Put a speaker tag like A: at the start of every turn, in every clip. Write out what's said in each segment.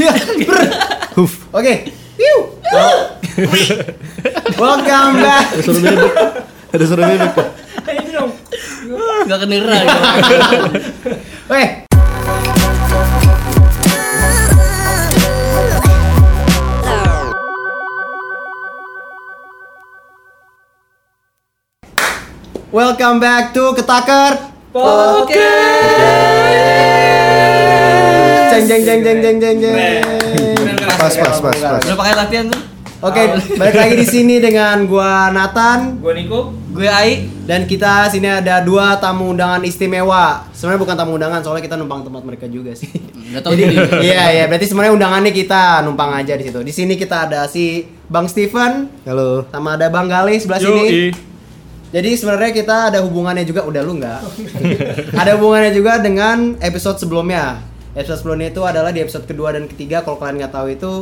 A: Ya, brr. Huf. Oke. Wiu. Welcome back.
B: Ada suara bebek. Ada suara bebek.
C: Itu dong.
D: Gak kedengeran.
A: Weh. Welcome back to Ketaker.
C: Oke.
A: Jeng jeng jeng jeng jeng jeng jeng. Pas pas pas pas.
D: Udah pakai latihan tuh.
A: Oke, balik lagi di sini dengan gua Nathan
C: Gue Niko.
D: Gue Ai.
A: dan kita sini ada dua tamu undangan istimewa. Sebenarnya bukan tamu undangan, soalnya kita numpang tempat mereka juga sih.
D: Gak tau diri.
A: Iya iya, berarti sebenarnya undangannya kita numpang aja di situ. Di sini kita ada si Bang Steven
B: Halo.
A: sama ada Bang Galih sebelah sini. Jadi sebenarnya kita ada hubungannya juga udah lu nggak? ada hubungannya juga dengan episode sebelumnya. Episode sebelumnya itu adalah di episode kedua dan ketiga kalau kalian nggak tahu itu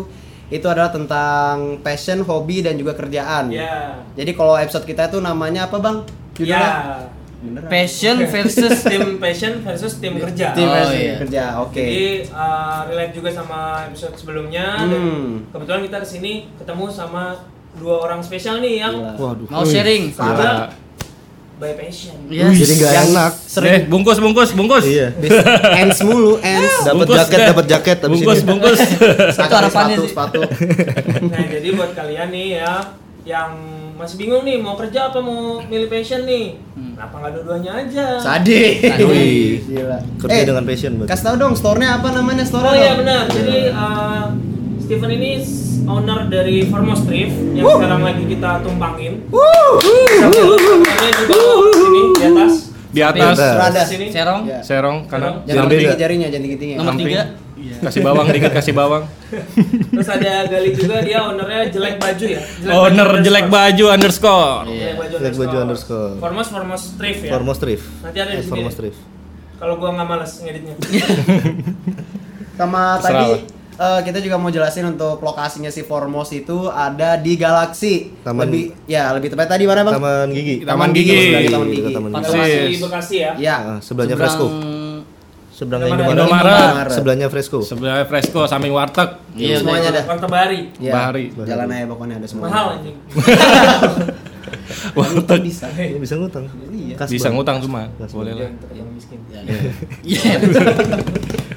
A: itu adalah tentang passion, hobi dan juga kerjaan.
C: Ya.
A: Jadi kalau episode kita itu namanya apa bang?
C: Ya.
A: Bener.
D: Passion versus
C: Tim passion versus tim kerja.
A: Tim
D: Oh,
A: passion
D: iya.
A: kerja. Oke.
C: Jadi eh, relate juga sama episode sebelumnya dan
A: Hmm.
C: kebetulan kita kesini ketemu sama dua orang spesial nih yang
B: Waduh.
D: mau sharing.
A: Iya.
C: sama by passion.
D: Yes.
B: Jadi nggak
A: Yang
B: enak.
E: Sering. Eh, bungkus, bungkus, bungkus.
B: Iya.
A: Bis- ends mulu, ends.
B: Dapat
E: Bungkus
B: jaket,
E: deh.
B: dapat jaket habis
E: Bungkus,
B: ini.
E: bungkus.
A: Satu
D: harapannya
A: sepatu,
D: sih.
A: sepatu.
C: Nah, jadi buat kalian nih ya yang masih bingung nih mau kerja apa mau milih passion nih.
A: Hmm.
C: Kenapa nggak dua-duanya aja?
A: Sadis.
B: Wih.
A: Gila.
B: Kerja
A: Eh,
B: dengan passion
A: Kasih tau dong store-nya apa namanya store
C: Oh iya benar. Jadi uh, Steven ini s- owner dari Formos Thrift yang sekarang lagi kita tumpangin. Sama juga ini di atas.
E: Di atas.
B: Bebas.
A: Serada
C: Sini.
D: Serong.
A: Ya.
E: Serong kanan.
A: Jangan
B: Jangan
A: tinggi
B: Iya. beda.
A: jarinya, jangan tinggi-tinggi.
D: Nomor
E: Samping.
D: tiga.
E: Kasih bawang dikit, kasih bawang.
C: Terus ada Gali juga dia ownernya jelek baju ya. Jelek
E: Owner
C: Baju
E: jelek
C: Underscore.
E: baju underscore.
C: Jelek baju
B: Jelek Baju
C: Underscore.
B: Underscore.
C: Formos Formos Thrift ya.
B: Formos Trif.
C: Nanti ada di sini.
B: Formos Trif.
C: Kalau gua nggak malas ngeditnya.
A: Sama
E: Terserah
A: tadi
E: lah.
A: eh, kita juga mau jelasin untuk lokasinya si Formos itu ada di Galaxy.
B: Taman-
A: lebih ya lebih tepat tadi mana, Bang?
B: Taman Gigi.
E: Taman Gigi.
A: Sebelah Taman Gigi.
B: Kita Taman
D: Pas-
B: Gigi.
C: Lokasi
E: Persis.
C: Bekasi ya.
A: Ya.
B: Ah, sebelahnya Fresco.
D: Seberang-
B: Sebelahnya
C: Indomaret.
B: Indomaret.
A: Indomaret.
B: Sebelahnya Fresco.
E: Sebelah fresco samping warteg.
D: Iya.
A: Semuanya. ada.
C: Kontebari.
A: Ya.
E: Bahari.
A: Jalan aja pokoknya ada semua.
C: Mahal anjing.
E: Warteg
A: Bisa.
B: Ini bisa ngutang. Kas
E: bisa
B: banget.
E: ngutang cuma.
B: Kas
E: Boleh lah.
C: Jangan terlalu miskin.
D: Iya.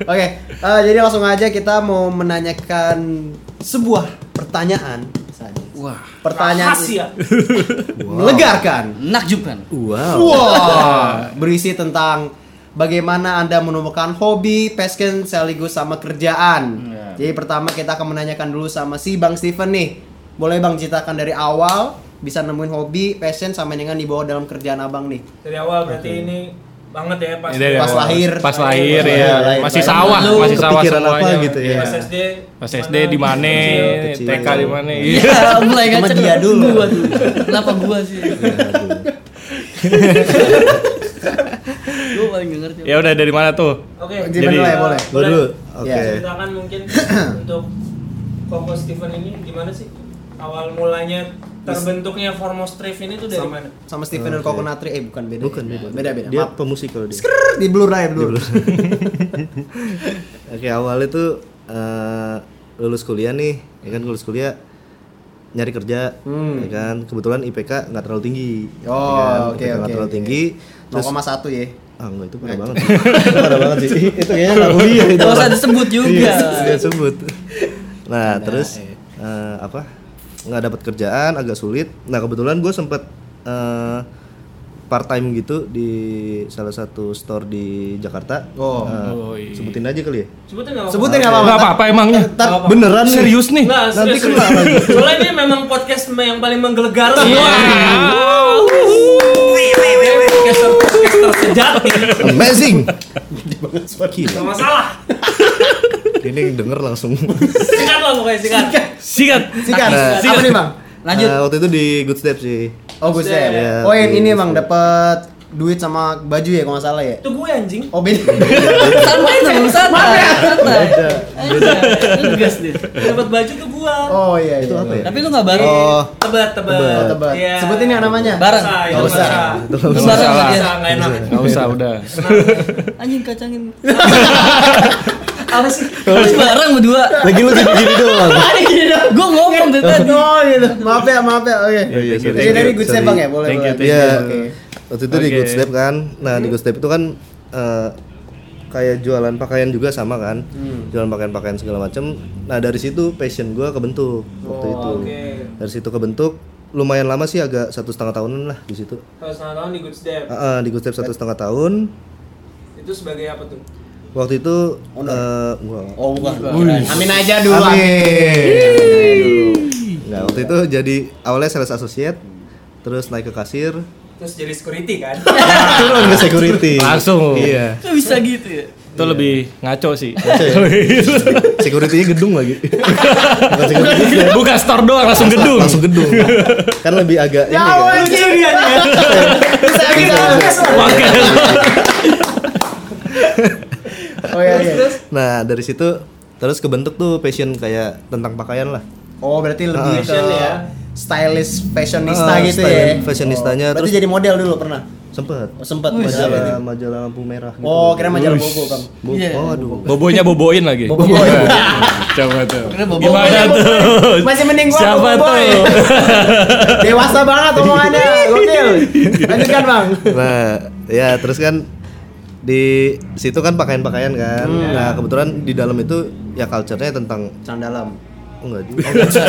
A: Oke, eh, jadi langsung aja kita mau menanyakan sebuah pertanyaan saja.
D: Wah.
A: Pertanyaan
C: Rahasia.
A: melegarkan.
D: Nakjub kan.
A: Iya.
B: Wow.
A: Wah, berisi tentang bagaimana Anda menemukan hobi, passion, sekaligus sama kerjaan.
D: Iya.
A: Jadi pertama kita akan menanyakan dulu sama si Bang Steven nih. Boleh Bang ceritakan dari awal bisa nemuin hobi, passion sama dengan dibawa dalam kerjaan Abang nih.
C: Dari awal berarti ini banget ya pas
E: Ini dari
A: Pas
E: awal.
A: lahir.
E: Pas lahir
A: Pas
E: ya.
A: lahir, lahir.
E: Masih sawah,
D: Lu
E: masih sawah
B: kepikiran apa
E: semuanya.
B: gitu ya?
E: Iya.
C: pas SD.
E: Pas SD di mana?
B: Kecil.
E: TK di mana? Iya.
D: Iya, mulai
A: Sama
D: ngaceng.
A: dia dulu. Iya,
D: Gua dulu. Kenapa gua sih? Gua paling gak ngerti.
E: Ya udah dari mana tuh?
C: Oke.
A: Gimana
E: Jadi-
A: lah ya, boleh?
B: Gua dulu.
A: Ya.
B: Oke.
C: Ceritakan mungkin untuk Koko Steven ini gimana sih awal mulanya terbentuknya Formos Thrift ini tuh dari
A: Sama,
C: mana?
A: sama Steven dan
B: Oke.
A: Coconut Tree eh bukan beda.
B: Bukan
A: ya.
B: beda.
A: Beda beda.
B: Dia
A: Maaf.
B: pemusik kalau dia.
A: Skrrr, di blur aja blur.
B: Oke awalnya tuh eh, lulus kuliah nih, ya kan lulus kuliah nyari kerja, ya kan kebetulan IPK nggak terlalu tinggi, ya
A: Oh,
B: kan?
A: oke,
B: IPK nggak
A: oke,
B: terlalu
A: oke.
B: tinggi, terus
A: 0,1 ya.
B: ah enggak itu parah banget, itu parah banget sih, itu kayaknya nggak kuliah itu.
D: Gak usah
B: orang.
D: disebut juga.
B: Iya, nggak sebut. Nah terus eh, apa? Nggak dapat kerjaan, agak sulit. Nah kebetulan gue sempet eh, part time gitu di salah satu store di Jakarta.
A: Oh.
B: Eh,
E: Oh, iya.
B: sebutin aja kali ya.
C: Sebutin nggak?
A: Sebutin nggak
E: Enggak
A: apa-apa.
E: apa-apa emangnya.
B: Beneran nih?
E: Serius nih.
C: Nah,
B: Nanti
C: serius,
B: kena
C: serius. Soalnya ini memang podcast yang paling menggelegarkan.
E: Iya. Wow.
C: Podcaster podcaster sejati.
B: Amazing. Gila.
C: Gak masalah.
B: Ini yang denger langsung.
C: Sikat lah pokoknya sikat.
E: Sikat.
A: Sikat.
B: Nah,
A: Apa nih, Bang?
D: Lanjut.
B: Eh, waktu itu di Good Step sih.
A: Oh, gue
C: Buset.
A: Sam. Oh, yang ini Bang dapat duit sama baju ya kalau nggak salah ya.
C: Itu gue anjing.
A: Oh, beda.
D: Santai dong, santai. Santai. Aja, Gas dia.
C: Dapat baju tuh gue.
A: Oh iya,
B: Itu
A: iya,
B: apa
A: iya.
B: ya?
D: Tapi lu gak bareng.
B: Oh,
C: Tebak tebak.
B: Tebak,
A: Tebak.
C: Iya.
A: Sebutin yang namanya.
D: Bareng.
C: Nggak
B: Nggak
C: usah.
B: usah.
C: Nggak
B: Nggak
D: Lu
B: usah.
D: bareng
E: Salah.
D: sama dia.
C: usah. Nggak enak.
E: Enggak usah udah.
D: Anjing kacangin. apa sih? Terus bareng berdua.
B: Lagi lu jadi gini doang.
D: Gue ngomong dari tadi.
A: Oh gitu. Maaf ya, maaf ya. Oke.
B: Iya, iya, sorry.
A: Jadi dari Good
B: Sorry.
A: Step Bang ya, boleh.
E: Thank you,
A: boleh.
E: thank
B: Iya.
A: Oke.
B: Waktu itu di
E: Oke.
B: Good Step kan. Nah, di Good Step itu kan eh, kayak jualan pakaian juga sama kan. Jualan pakaian-pakaian segala macam. Nah, dari situ passion gua kebentuk waktu
C: Oh,
B: itu.
C: oke.
B: Dari situ kebentuk lumayan lama sih agak satu setengah tahunan lah di situ.
C: Kalau setengah tahun di Good Step
B: Eh, eh, di Good Step satu setengah tahun.
C: itu sebagai apa tuh?
B: Waktu itu eh, gua
A: Oh bukan. Amin aja dulu.
B: Nah, waktu itu jadi awalnya sales associate, terus naik ke kasir,
C: Terus jadi security kan?
B: turun ke security.
E: Langsung.
B: Iya.
D: Kok bisa gitu ya?
E: Itu lebih ngaco sih.
B: ya? Securitynya gedung lagi. Bukan security,
E: Buka store doang langsung gedung.
B: langsung gedung. Kan lebih agak
A: Ya
B: ini kan.
C: Lucu dia nih.
A: Bisa bisa.
E: Oke.
A: Oh iya iya.
B: Nah, dari situ terus kebentuk tuh passion kayak tentang pakaian lah.
A: Oh berarti lebih ke
C: Fashion ya.
A: stylist fashionista
B: Ah,
A: gitu
B: style-
A: ya.
B: fashionistanya,
A: Oh, Berarti
B: terus-
A: jadi model dulu pernah.
B: Sempet.
A: Oh, sempet
B: Majalah majalah lampu merah gitu.
A: Oh, kira majalah bobo, Bang.
B: Bu-
D: Iya.
B: Oh, aduh.
E: Bobonya boboin lagi. Iya.
A: Boboiboy.
E: Coba tuh.
D: Kira boboiboy.
E: Gimana tuh?
A: Oh, Masih mending gua
E: Siapa
A: boboiboy.
E: tuh?
A: Dewasa banget omongannya, gokil. Lanjutkan, Bang.
B: Nah, ya terus kan di situ kan pakaian-pakaian kan.
A: Hmm.
B: Nah, kebetulan di dalam itu ya culture-nya tentang
A: Candalam.
B: Oh, enggak juga. Oh, enggak.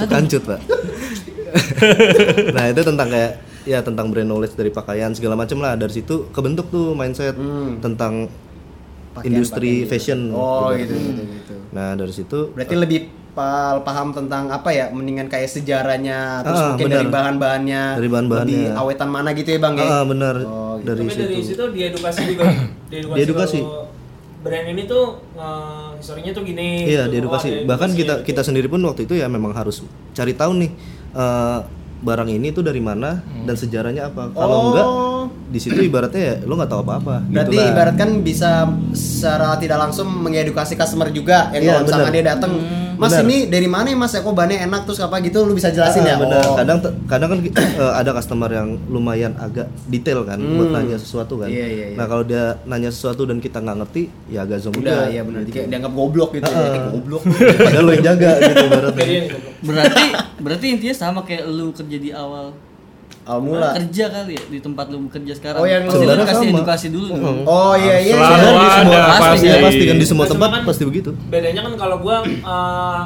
B: Bukan cut, Pak. nah, itu tentang kayak ya tentang brand knowledge dari pakaian segala macam lah. Dari situ kebentuk tuh mindset
A: Hmm.
B: tentang industri fashion.
A: Oh, gitu gitu
B: ibaratnya.
A: gitu.
B: Nah, dari situ
A: Berarti lebih pa- paham tentang apa ya? Mendingan kayak sejarahnya terus
B: Ah,
A: mungkin
B: benar.
A: dari bahan-bahannya.
B: Dari bahan-bahannya.
A: Lebih awetan mana gitu ya, Bang ya?
B: ah, benar
A: Oh, gitu.
B: dari
C: Tapi dari
B: situ.
C: situ diedukasi juga. ya? Diedukasi.
B: Diedukasi.
C: kalau Brand ini tuh eh, historinya tuh gini. gitu.
B: Iya, di
C: Oh, ada
B: edukasi. Bahkan
C: edukasi.
B: kita kita sendiri pun waktu itu ya memang harus cari tahu nih eh, barang ini tuh dari mana
C: Hmm.
B: dan sejarahnya apa. Kalau
A: Oh.
B: enggak di situ ibaratnya ya lo nggak tahu apa-apa. gitu
A: Berarti
B: lah.
A: ibaratkan bisa secara tidak langsung mengedukasi customer juga yang
B: Iya,
A: kalau misalkan
B: benar.
A: dia datang, Mas
B: benar.
A: ini dari mana ya Mas? Ya kok bannya enak terus apa gitu lu bisa jelasin
B: Ah,
A: ya?
B: benar.
A: Oh.
B: Kadang kadang kan eh, ada customer yang lumayan agak detail kan buat nanya sesuatu kan.
A: Hmm. Iya, iya, iya.
B: Nah, kalau dia nanya sesuatu dan kita nggak ngerti, ya agak zonk
A: Udah,
B: juga. Ah.
A: ya benar. Kayak dianggap goblok gitu. ya.
B: Heeh.
A: Eh, goblok.
B: Padahal lo yang jaga gitu ibaratnya.
C: Jadi yang goblok.
D: Berarti berarti intinya sama kayak lu kerja di awal
A: Awal mula.
D: kerja kali ya di tempat lu bekerja sekarang.
A: Oh, yang
D: Pasti
B: lu-
D: lu kasih
B: sama.
D: edukasi dulu. kan? dong.
A: Oh iya iya.
E: Selalu
A: iya.
B: Di semua-
E: ada
D: pasti.
E: pasti.
B: Iya, pasti kan di semua
C: Nah, cuma
B: tempat
C: kan-
B: pasti begitu.
C: Bedanya kan kalau gua eh,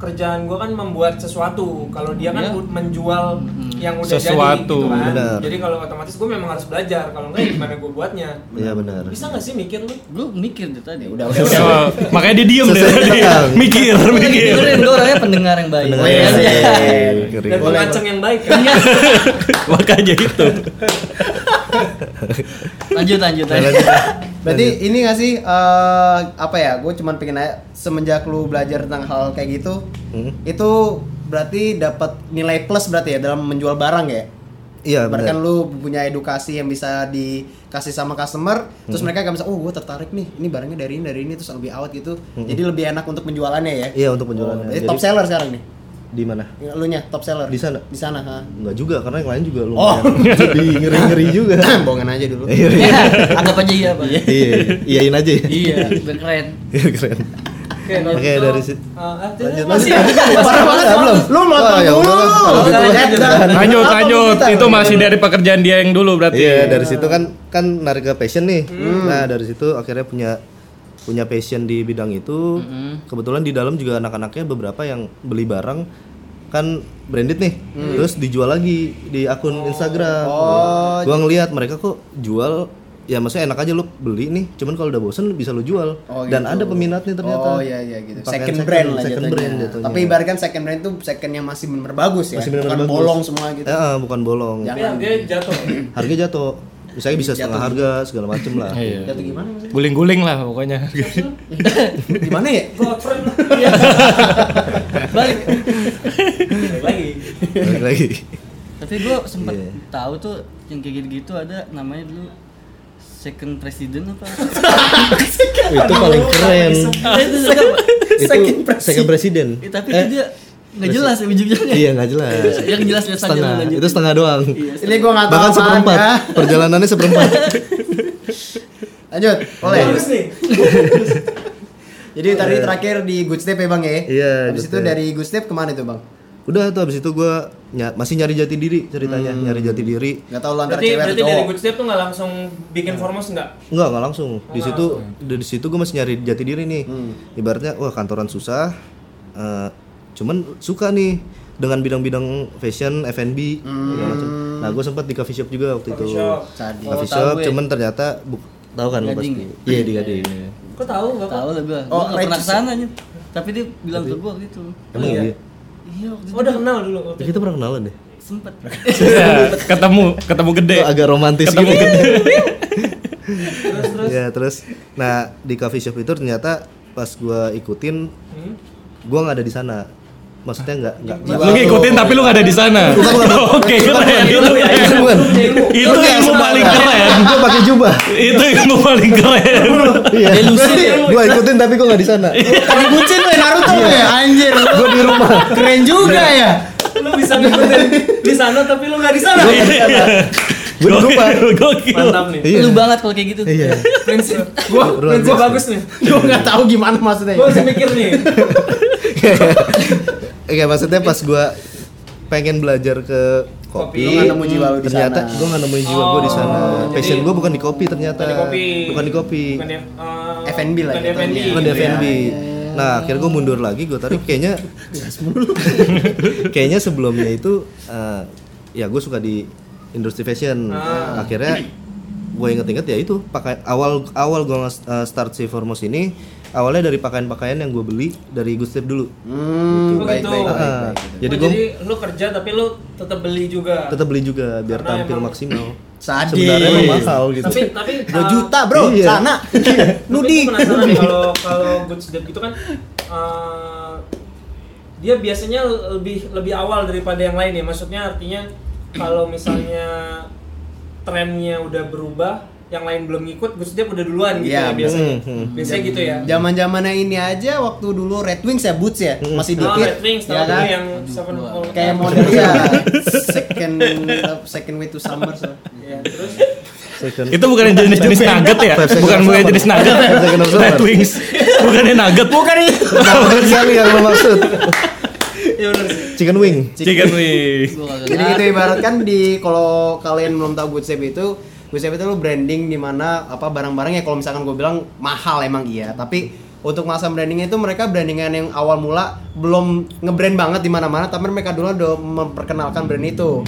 C: kerjaan gua kan membuat sesuatu. Kalau dia kan u- menjual yang udah jadi
E: Sesuatu,
C: gitu kan.
B: Iya. benar.
C: Jadi kalau otomatis gua memang harus belajar. Kalau enggak ya gimana gua buatnya?
B: Iya, benar.
C: Bisa nggak sih mikir lu?
D: Gue mikir dari tadi.
A: Udah, udah, udah.
E: Coba. Makanya dia diem deh.
B: Sesuai
E: tadi.
B: tentang.
E: Mikir, mikir.
D: Dengerin gue orangnya pendengar yang baik.
A: Oh,
B: Pendengar
A: iya,
B: yang
A: iya,
B: baik.
A: iya.
B: Keren.
C: Dan
A: Boleh,
C: pemancing yang baik kan?
B: Iya.
E: Makanya itu.
D: Lanjut lanjut
B: Nah,
D: lanjut.
B: lanjut.
A: Berarti
B: ya.
A: ini nggak sih eh, apa ya? Gue cuman pengen nanya semenjak lu belajar tentang hal kayak gitu,
B: Hmm.
A: itu berarti dapat nilai plus berarti ya dalam menjual barang ya?
B: Iya, benar.
A: Bahkan lu punya edukasi yang bisa dikasih sama customer, terus
B: Hmm.
A: mereka akan bisa, oh gue tertarik nih, ini barangnya dari ini, dari ini, terus lebih awet gitu. Jadi lebih enak untuk penjualannya ya?
B: Hmm. Iya, untuk penjualannya.
A: Oh, jadi
B: Jadi-
A: top seller sekarang nih?
B: Di mana?
A: Lu nya top seller?
B: Di sana.
A: Di sana, ha?
B: Enggak juga, karena yang lain juga
A: Oh.
B: lumayan. Jadi ngeri-ngeri juga.
A: Bohongan aja dulu.
B: Iya, iya.
D: Anggap aja iya pak.
B: Iya, iyain aja ya.
D: Iya, biar keren.
B: Iya, keren.
C: Oke, gitu, eh,
B: Oke, dari situ.
C: ah, lanjut.
B: Masih
A: Iya. Parah banget belum? Lu
B: Wah,
A: melakukan
B: Iya, ya
A: dulu.
B: udahlah, kalau gitu.
E: Lanjut, lanjut. Itu masih dari pekerjaan dia yang dulu berarti.
B: Iya, dari situ kan kan narik ke passion nih. Nah, dari situ akhirnya punya punya passion di bidang itu. Kebetulan di dalam juga anak-anaknya beberapa yang beli barang kan branded nih.
A: Mm.
B: Terus dijual lagi di akun
A: Oh.
B: Instagram. Gua ngelihat mereka kok jual ya maksudnya enak aja lu beli nih. Cuman kalau udah bosen bisa lu jual.
A: Oh,
B: Dan
A: gitu.
B: ada peminatnya ternyata.
A: Oh iya iya gitu.
B: Pakaian
A: Second, brand lah
B: second
A: jatuhnya.
B: brand jatuhnya.
A: Tapi ibaratkan second brand itu second yang masih benar bagus ya.
B: Masih benar-benar
A: Bukan
B: bagus.
A: bolong semua gitu.
B: Eh, eh, bukan bolong.
C: Tapi harganya jatuh.
B: Harganya jatuh. Misalnya bisa setengah harga segala macem lah.
E: Iya.
A: Jatuh gimana? Mas?
E: Guling-guling lah pokoknya.
A: Gimana ya?
C: Godfriend lah. Iya.
D: Balik.
C: Balik lagi.
B: Balik lagi.
D: Tapi gue sempet
B: Iya.
D: tahu tuh yang kayak gitu-gitu ada namanya dulu second president apa? Iya,
B: itu paling keren.
D: itu suka, Pak.
B: itu
A: Second
B: second
A: presiden.
B: presiden.
D: Eh, tapi
B: Eh,
D: dia nggak jelas ya ujung-ujungnya.
B: Iya nggak jelas.
D: Yang jelas jelas aja
B: setengah.
D: lu lanjutin.
B: Itu setengah doang.
D: Iya,
A: Ini gua nggak tahu.
B: Bahkan
A: apaan,
B: seperempat.
A: ya.
B: Perjalanannya seperempat. Iya.
A: Lanjut. Boleh.
C: Bagus nih.
A: Jadi tadi terakhir di Good Step ya bang ya.
B: Iya,
A: Habis
B: Good
A: itu
B: Step.
A: dari Good Step kemana itu bang?
B: Udah tuh habis itu gua ny- masih nyari jati diri ceritanya, nyari jati diri.
A: Gak tau lu antara
C: Berarti
A: cewek atau
C: berarti dari
A: cowok.
C: good step tuh nggak langsung bikin formos nggak?
B: Enggak, enggak langsung. Di situ di situ gua masih nyari jati diri nih. Ibaratnya wah kantoran susah. eh, cuman suka nih dengan bidang-bidang fashion, F&B segala macam. Nah, gue sempat di coffee shop juga waktu itu.
C: shop.
A: Sadis.
B: Coffee
D: Oh, tahu
B: shop,
D: gue.
B: cuman ternyata bu- tahu kan lu
D: Gading
B: pasti. Iya, di Gading.
C: Kok tahu bapak?
D: Tahu lah gua.
A: Oh,
D: Gua nggak pernah
A: Regis.
D: kesana aja. Tapi dia bilang ke gua gitu.
B: Emang
C: iya?
B: iya.
D: Iya waktu itu
C: Oh, udah kenal dulu waktu
B: Ya,
C: itu.
B: kita pernah kenalan deh.
D: sempet.
E: Iya, ketemu, ketemu gede.
B: Lu agak romantis gitu.
C: Terus terus.
B: ya terus nah di coffee shop itu ternyata pas gua ikutin
C: Hmm?
B: gua nggak ada di sana maksudnya nggak nggak nggak-
E: Lu ngikutin tapi lu gak ada di sana. Oke, keren. Itu
B: Bukan, bukan.
E: itu ilmu paling keren.
B: gua pakai jubah
E: Itu ilmu paling keren.
B: iya Berarti gua ikutin tapi gua nggak di sana
C: Iya.
A: Tadi bucin lu ya, Naruto
B: Iya.
A: lu ya anjir. Gua di rumah. Keren juga ya.
C: Lu bisa ngikutin di sana tapi lu nggak di sana.
B: Iya. gua di rumah
E: Gokil, gokil.
C: Mantap nih.
B: Iya.
D: Lu banget kalau kayak gitu.
B: iya
C: Prinsip.
A: Gua
B: Berulang
C: Prinsip
B: terus.
C: bagus nih.
A: gua nggak tahu gimana maksudnya.
C: Iya. Gua masih mikir nih.
B: Iya. Oke, maksudnya pas gua pengen belajar ke kopi,
A: Lu nggak nemu jiwa lu di
B: ternyata
A: sana.
B: gua nggak nemuin jiwa gua di sana.
C: Oh, jadi-
B: Passion gua bukan di kopi ternyata.
C: Bukan di kopi.
B: Eh, Bukan di kopi.
C: Bukan di, eh,
A: F&B lah
C: Bukan di
A: jatuhnya.
C: F&B.
B: Bukan di
C: gitu ya.
B: F&B. Nah, akhirnya gue mundur lagi, gue tarik kayaknya kayaknya sebelumnya itu eh, ya gue suka di industri fashion.
C: Ah.
B: Akhirnya gue inget-inget ya itu pakai awal awal gue start si Formos ini awalnya dari pakaian-pakaian yang gue beli dari Gustep dulu.
A: Hmm,
C: Oh,
A: baik
C: gitu.
A: baik baik.
B: Ah,
A: baik.
B: Jadi
C: Jadi,
B: gue
C: jadi lu kerja tapi lu tetap beli juga.
B: tetap beli juga biar
C: Karena
B: tampil
C: emang-
B: maksimal.
A: Sadis.
B: Sebenarnya emang mahal gitu.
C: Tapi tapi
A: 2
C: eh,
A: juta bro,
B: Iya.
A: sana.
C: Tapi
A: Nudi.
C: gua penasaran nih, kalau kalau good sleep gitu kan eh, dia biasanya lebih lebih awal daripada yang lain ya. Maksudnya artinya kalau misalnya trennya udah berubah, yang lain belum ngikut, good sleep udah duluan gitu
A: Iya,
C: ya biasanya.
B: bener. Hmm,
C: Biasanya gitu ya.
A: Zaman zamannya ini aja waktu dulu Red Wings ya Boots ya
B: Iya.
A: masih
C: Oh,
A: dikit.
C: Red Wings
A: ya
C: tahu
A: kan?
C: dulu yang Seven Wall-
A: Kayak model
B: Iya.
A: ya second second way to summer so.
C: Iya, terus
B: Second-
E: Itu bukan yang jenis-jenis nugget ya? Bukan bukan jenis nugget. Red Wings. Bukannya nugget.
A: Bukan itu.
B: Sama sekali yang lo Iya, maksud.
C: ya bener sih.
B: Chicken wing.
E: Chicken wings.
D: Gua kagak
A: Jadi itu
D: ngerti.
A: ibaratkan di kalau kalian belum tahu Good Shape itu Good Shape itu lu branding di mana apa barang-barangnya kalau misalkan gue bilang mahal emang iya tapi untuk masa brandingnya itu mereka brandingan yang awal mula belum ngebrand banget di mana-mana tapi mereka dulu udah memperkenalkan brand itu.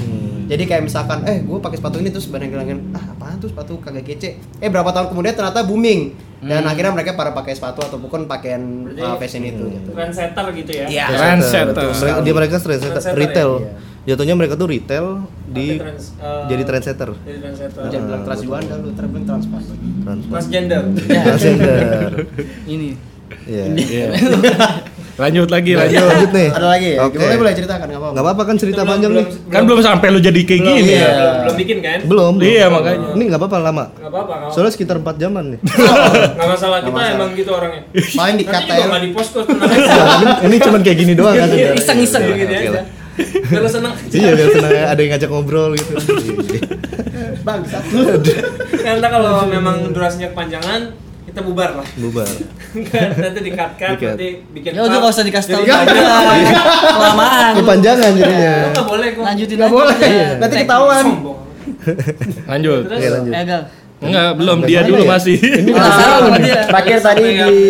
A: Jadi kayak misalkan eh gue pakai sepatu ini terus barang bilangin ah apaan tuh sepatu kagak kece. Eh berapa tahun kemudian ternyata booming dan akhirnya mereka pada pakai sepatu ataupun pakaian
C: Berarti-
A: uh, fashion itu gitu.
C: trendsetter gitu ya.
A: Iya.
E: Trendsetter. iya.
B: Betul. Mereka, dia mereka trendsetter,
C: Trendsetter,
B: retail.
A: ya?
B: Jatuhnya mereka tuh retail
C: Tapi
B: di
C: trans- eh,
B: jadi trendsetter.
C: Jadi trendsetter.
A: Jangan bilang transjuan dah lu, terus bilang transpas.
C: Mas gender.
B: Transgender.
D: Ini.
B: Iya.
E: Lanjut lagi,
B: Lanjut,
E: lanjut.
B: lanjut nih.
A: Ada lagi ya?
B: Oke.
A: Boleh boleh ceritakan enggak
B: Enggak
A: apa-apa.
B: apa-apa kan cerita
C: Itu belum-
B: panjang nih.
C: belum-
E: Kan belum sampai lu jadi kayak
C: belum,
E: gini.
C: iya,
A: ya?
C: belum- belum bikin kan? Oh.
B: Belum. belum.
E: Iya, makanya.
B: Ini enggak apa-apa lama.
C: Gak apa-apa, gak apa-apa.
B: Soalnya sekitar 4 jaman nih.
C: Gak masalah,
A: Nggak
C: kita
A: masalah.
C: emang gitu orangnya.
A: Paling
C: Nanti juga
A: dikatain
C: gak di post kok, tenang
B: Nah, ini- ini cuman kayak gini doang kan.
C: aja.
B: sebenarnya.
D: Iseng-iseng.
B: Oke lah,
C: Gini
B: oke
C: aja.
B: lah.
C: Kalau seneng,
B: Iya, biar senang ada yang ngajak ngobrol gitu.
A: bangsat.
C: nanti Ya, kalau memang durasinya kepanjangan, kita bubar lah.
B: Bubar.
C: nanti dikat-kat,
B: Di-cut.
C: nanti bikin
D: Ya udah
C: cut.
D: nggak usah dikasih tahu
A: Jadi-
D: lagi lah. Kelamaan.
B: Kepanjangan jadinya.
C: Lu nggak boleh kok.
D: Lanjutin
A: Enggak
D: aja.
A: boleh.
D: Iya.
A: Nanti ketahuan.
C: Sombong.
E: Lanjut.
C: Terus,
B: Oke, lanjut.
D: Eh, Gal.
E: Enggak, belum dia
B: Mana
E: dulu
B: ya?
E: masih.
C: Ah,
D: Ini penasaran sama dia.
A: Terakhir tadi
C: Sampai
A: di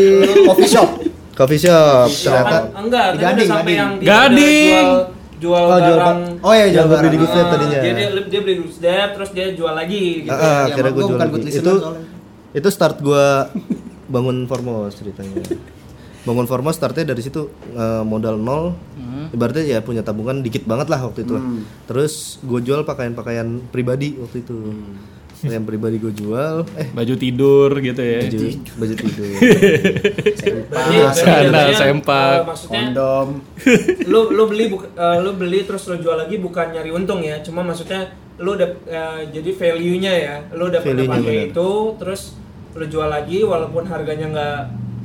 A: coffee shop.
B: Coffee shop
C: apa?
B: ternyata
C: Enggak,
A: Di
C: tadi udah
A: Gading,
C: sampai
A: Gading.
C: yang dia
E: Gading.
C: ada Jual, jual
B: Oh, jual
C: barang. Ah,
B: ba-
A: Oh iya
B: Yang
A: jual
B: gua beli
A: barang.
B: di Good Step tadinya.
C: Dia, dia, dia beli roots terus dia jual lagi gitu.
B: Ah, ah,
A: Ya,
B: akhirnya
A: emang
B: gue
A: gua bukan
B: jual lagi.
A: good listener
B: itu
A: soalnya.
B: itu start gue bangun formos ceritanya bangun formos startnya dari situ eh, modal nol ibaratnya ya punya tabungan dikit banget lah waktu itu lah. terus gue jual pakaian-pakaian pribadi waktu itu pakaian pribadi gue jual eh
E: Baju tidur gitu ya.
B: baju, baju tidur
C: Berarti-
A: Ah,
C: berarti
E: sana,
C: jadinya,
E: sempak.
C: eh, Maksudnya
A: Kondom.
C: lu lu beli buka- eh, lu beli terus lu jual lagi bukan nyari untung ya cuma maksudnya lu udah eh, jadi value nya ya lu udah pernah
B: Value-nya,
C: pakai
B: bener.
C: itu terus lu jual lagi walaupun harganya nggak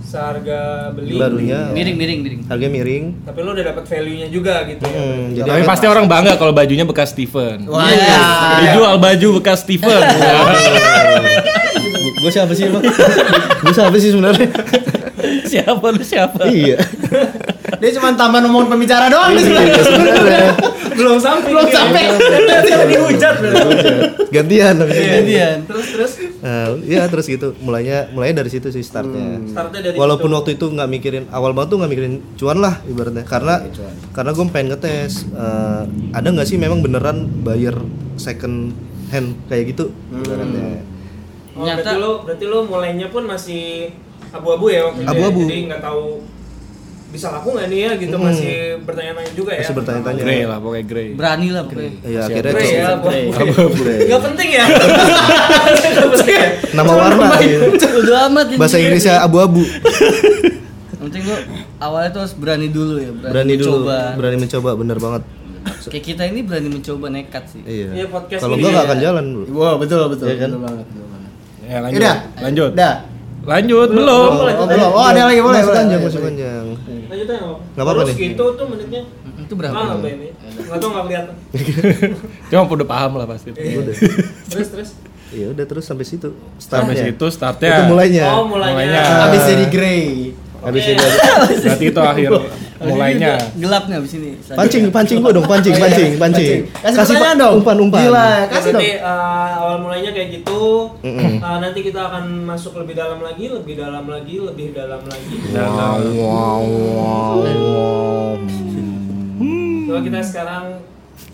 C: seharga beli
B: barunya
D: Miring, miring, miring.
B: harga miring
C: tapi lu udah dapat value nya juga gitu ya
B: Hmm, jadi
E: Tapi pasti orang bangga kalau bajunya bekas Steven.
A: Wah.
D: Iya.
E: Dijual baju bekas Steven.
B: gue siapa sih lo gue siapa sih sebenarnya
E: siapa lu siapa?
B: iya
A: Dia cuma tambah nomor pembicara doang di sebenarnya.
C: belum sampai Iya,
A: Belum
C: ini.
A: sampai.
C: Nanti lagi hujat
B: gantian habis
D: Iya,
B: itu.
A: Gantian.
C: terus terus
B: Eh, ya terus gitu mulainya mulainya dari situ sih startnya
A: Hmm.
C: Startnya dari
B: walaupun
C: situ.
B: waktu itu nggak mikirin awal banget tuh nggak mikirin cuan lah ibaratnya karena
A: Iya, cuan.
B: karena gue pengen ngetes eh, ada nggak sih memang beneran buyer second hand kayak gitu
A: Iya, Hmm.
B: ibaratnya
C: oh,
D: Ternyata-
C: berarti lo berarti lo mulainya pun masih abu-abu ya waktu itu ya?
B: Abu-abu.
C: jadi nggak tahu bisa laku nggak nih ya gitu
B: Mm-mm.
C: masih bertanya-tanya juga ya
B: Masih bertanya-tanya.
E: Grey lah pokoknya
B: Iya.
E: grey.
D: Berani lah pokoknya. Iya.
B: ya
E: Siap.
B: akhirnya
C: Grey ya,
B: coba-
C: abu-abu.
B: abu-abu.
C: nggak penting ya Nggak penting ya?
B: nama warna gitu.
D: Udah amat ini.
B: bahasa ya? Inggrisnya abu-abu
D: Yang penting lu awalnya tuh harus berani dulu ya, berani,
B: berani dulu
D: mencoba.
B: berani mencoba bener banget
D: Kayak kita ini berani mencoba nekat sih.
C: Iya,
B: iya
C: podcast
B: kalau
C: ini
B: enggak nggak
C: ya.
B: akan jalan bro
A: Wah, betul betul.
B: Iya kan?
A: Betul banget. betul banget.
E: Ya lanjut.
A: Udah.
E: Lanjut.
A: Udah.
E: Lanjut belum.
C: Belum,
A: Oh,
C: lanjut,
A: belum.
C: lanjut.
A: Oh, ada lagi boleh.
B: masih
A: boleh, boleh,
B: panjang
A: Iya.
B: masih
A: boleh.
B: panjang
C: lanjut aja Om.
B: Nggak apa-apa
C: terus
B: nih.
C: itu tuh menitnya
D: Itu berapa?
C: Ah, nggak ini nggak tahu nggak kelihatan
E: Cuma udah paham lah pasti.
C: Iya. terus terus
B: ya udah terus sampai situ
E: Sampai
B: startnya
E: situ startnya.
B: Iya. itu mulainya
C: oh mulainya
E: Mulainya.
A: Habis jadi grey.
B: habis
C: Oke.
B: itu ada-
E: Berarti itu akhir mulainya.
D: Gelap nih abis ini.
B: pancing pancing gua dong pancing pancing pancing
A: Kasih pertanyaan
B: pa-
A: dong.
B: umpan umpan
A: Gila, kasih dong.
C: Nanti eh, awal mulainya kayak gitu.
B: Mm-mm.
C: Eh, nanti kita akan masuk lebih dalam lagi, lebih dalam lagi, lebih dalam lagi.
B: Ya.
E: Wow, wow, wow, wow.
C: Coba kita sekarang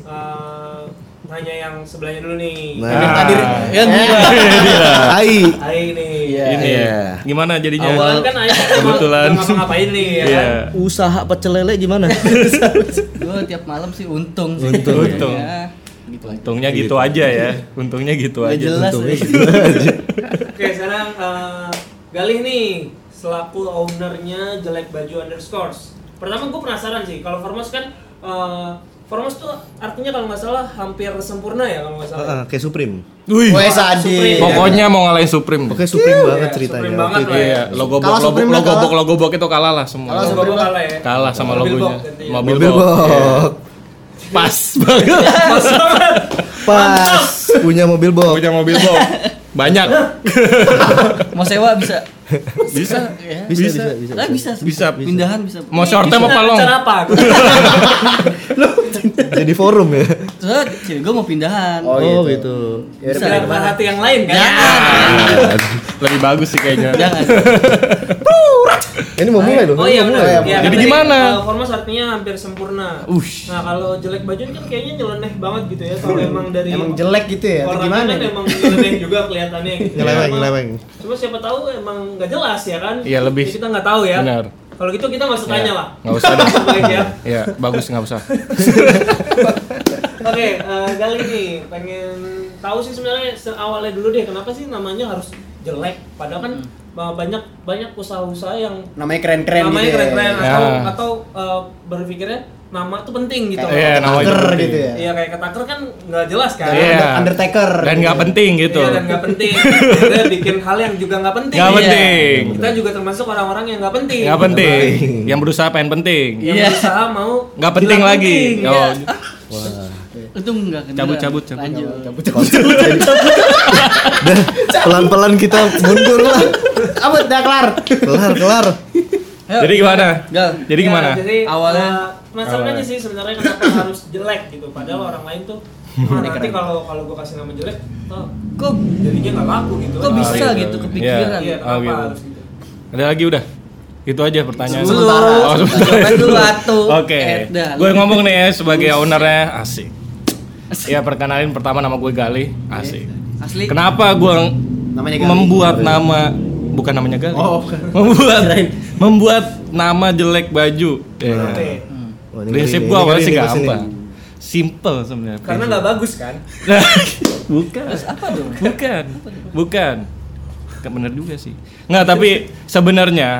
C: eh, nanya yang sebelahnya dulu nih.
B: Nah.
A: Yang tadi
D: Ya
B: Eh.
D: gua.
B: ai
C: Ai nih.
A: Iya.
E: Ini ya. Gimana jadinya?
C: Kebetulan kan Ai
E: Kebetulan.
C: nggak ngapa-ngapain nih ya.
E: Iya.
C: kan?
B: usaha pecel lele gimana
D: Gua tiap malam sih untung sih.
B: Untung.
D: Ya,
E: Untung.
D: Gitu aja.
E: Untungnya gitu aja ya. Untungnya gitu
B: Iya,
D: Gak
E: aja.
D: jelas
B: untungnya
D: sih.
C: Oke, sekarang eh, Galih nih selaku ownernya Jelek Baju Underscores. Pertama gue penasaran sih, kalau Formos kan eh, Formos tuh artinya kalau nggak salah hampir sempurna ya kalau nggak salah.
B: Heeh, kayak supreme
E: Wih.
A: Wes Adi.
E: Pokoknya mau ngalahin Supreme.
B: oke supreme banget
C: Iya,
B: ceritanya
C: Supreme banget
B: Oke,
C: lah
E: Iya, logo
A: Kalah
E: bok, logo
A: Supreme
E: bok,
A: lah,
E: logo
A: kalah.
E: bok, logo bok itu kalah lah semua.
A: Kalah
C: Kalau
A: Supreme.
C: gue kalah ya.
E: Kalah sama
C: Mobil
E: logonya.
C: box ganti.
E: Mobil
B: mobil
E: bok.
B: box
E: Pas banget. Pas
B: pas punya mobil box
E: punya mobil bok. Banyak.
D: Mau sewa bisa.
E: Bisa.
D: Ya.
E: Bisa.
B: bisa bisa bisa
D: Lah bisa. sih.
E: Bisa.
D: Pindahan bisa.
E: Mau short
C: Kita
E: sama palong.
C: Nah, acara apa?
B: jadi forum ya
D: Terus cewek gua mau pindahan.
A: Oh,
B: oh
A: gitu.
B: gitu
A: Ya udah
D: Bisa.
A: pindah
C: Biar
A: kemana?
C: hati yang lain kan?
E: Ah, Ya. Lebih bagus sih kayaknya.
D: Jangan.
B: ini mau mulai loh
C: Oh iya
B: mau
C: benar.
B: mulai.
C: Iya,
E: Jadi
C: kan tadi,
E: gimana?
C: uh, Formas artinya hampir sempurna.
E: Ush.
C: Nah kalau jelek baju ini kan kayaknya nyeleneh banget gitu ya. Kalau emang dari
A: Hmm. Emang jelek gitu ya? Atau
C: orangnya
A: gimana?
C: kan emang nyeleneh juga kelihatannya. Gitu.
B: ngeleweng
C: Cuma-
B: ngeleweng
C: Cuma siapa tahu emang nggak jelas ya kan?
E: Iya, lebih.
C: Jadi kita nggak tahu ya.
E: Benar.
C: Kalau gitu kita nggak usah tanya
E: Iya,
C: lah.
E: nggak usah dah.
C: Baik ya.
E: Iya, bagus nggak usah.
C: Oke, eh, Gali nih pengen tahu sih sebenarnya se- awalnya dulu deh kenapa sih namanya harus jelek? Padahal kan ba- banyak banyak usaha-usaha yang
A: Namanya keren-keren
C: namanya
A: Hmm. gitu. ya.
C: keren-keren
E: Ya.
C: atau atau uh, berpikirnya nama tuh penting gitu.
E: Iya, nama itu
A: Taker
E: penting.
A: gitu ya.
C: Iya kayak ketaker kan nggak jelas kan.
E: Iya.
A: Under- Undertaker.
E: Dan nggak
A: gitu.
E: penting gitu.
C: Iya, dan nggak penting. Akhirnya bikin hal yang juga nggak penting.
E: Nggak
C: Iya.
E: penting.
C: Kita juga termasuk orang-orang yang nggak penting.
E: Nggak penting. Yang berusaha pengen penting.
C: Yang
D: Iya.
C: berusaha mau
E: Nggak penting
C: bilang
E: lagi.
C: penting. Iya.
E: Oh,
D: Itu enggak kedengeran.
E: Cabut, cabut, cabut.
D: Lanjut.
B: pelan pelan kita mundur lah
A: Apa udah kelar?
B: kelar kelar
D: Ayo.
E: Jadi gimana?
D: Gal.
E: Jadi
C: Iya,
E: gimana?
C: Jadi
D: Awalnya-
C: awalnya penasaran aja
E: Awalnya. Hmm.
C: sih sebenarnya kenapa harus jelek gitu. Padahal orang lain tuh
E: Iya,
C: "Ah,
E: kan?
C: nanti kalau kalau gue kasih nama jelek, oh,
D: Kok
C: jadinya nggak laku gitu.
D: kok
C: Ah,
D: bisa
E: gitu.
D: gitu kepikiran?
C: Iya,
E: Ah,
C: kenapa
E: gitu.
C: harus gitu?
E: Ada lagi udah. Itu aja pertanyaan.
D: Dulu,
E: Oh, sebentar.
D: jawaban dulu satu.
E: Oke. Gue ngomong nih ya sebagai ownernya asik.
D: Asik.
E: Ya perkenalin pertama nama gue Galih, asik.
D: Iya. Asli.
E: Kenapa gue
A: Namanya Gali.
E: membuat
B: Iya.
E: nama bukan namanya Galih.
A: Oh, bukan.
E: Membuat membuat nama jelek baju. Ya.
C: Oke.
B: Wah, Oh, Iya. ini
E: Prinsip
B: ngeri
E: gue
B: nih,
E: awalnya
B: ngeri
E: sih
B: nih, ngeri
E: gampang.
B: nih.
E: Simple sebenarnya.
C: Karena
E: prinsip.
C: nggak bagus kan?
E: Nah, bukan.
D: Apa dong?
E: Bukan. Bukan. Gak bener juga sih. Nggak, tapi sebenarnya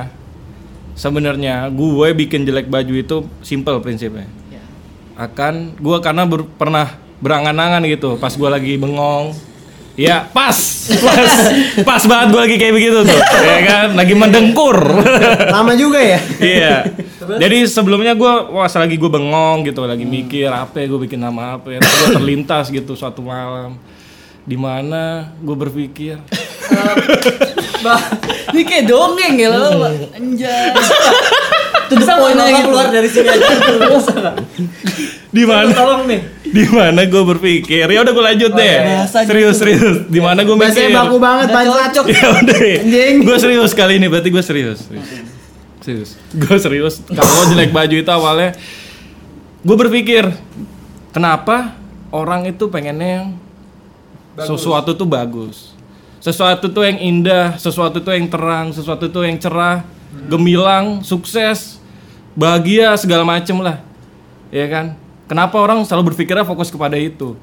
E: sebenarnya gue bikin jelek baju itu simple prinsipnya.
D: Ya.
E: Akan gue karena ber- pernah berangan-angan gitu pas gue lagi bengong. Ya, pas. Pas. pas banget gue lagi kayak begitu tuh. Ya kan, lagi mendengkur.
A: Lama juga ya?
E: Iya. Jadi sebelumnya gue, wah lagi gue bengong gitu, lagi mikir apa ya, gue bikin nama apa. Gue terlintas gitu suatu malam, di mana gue berpikir
C: eh, bah-
D: Ini kayak dongeng ya lo. Anjay. Tuh
C: bisa nggak
D: poinnya
C: Noka
D: gitu.
C: keluar dari sini aja bisa nggak
E: Di mana?
C: tolong nih
E: Di mana gue berpikir? Ya udah gue lanjut
C: Oh,
E: deh.
C: iya, iya.
D: Bahasa
E: Serius
D: gitu.
E: serius. Di mana gue mikir?
A: Bahasanya baku banget,
D: Udah
A: pancacok.
E: Ya udah.
A: Anjing.
E: Gue serius kali ini berarti gue serius. Serius. serius. Gue serius. Kalau jelek baju itu awalnya gue berpikir kenapa orang itu pengennya yang sesuatu tuh bagus. Sesuatu tuh yang indah, sesuatu tuh yang terang, sesuatu tuh yang cerah,
C: Hmm.
E: gemilang, sukses, bahagia segala macem lah. Ya kan? Kenapa orang selalu berpikirnya fokus kepada itu?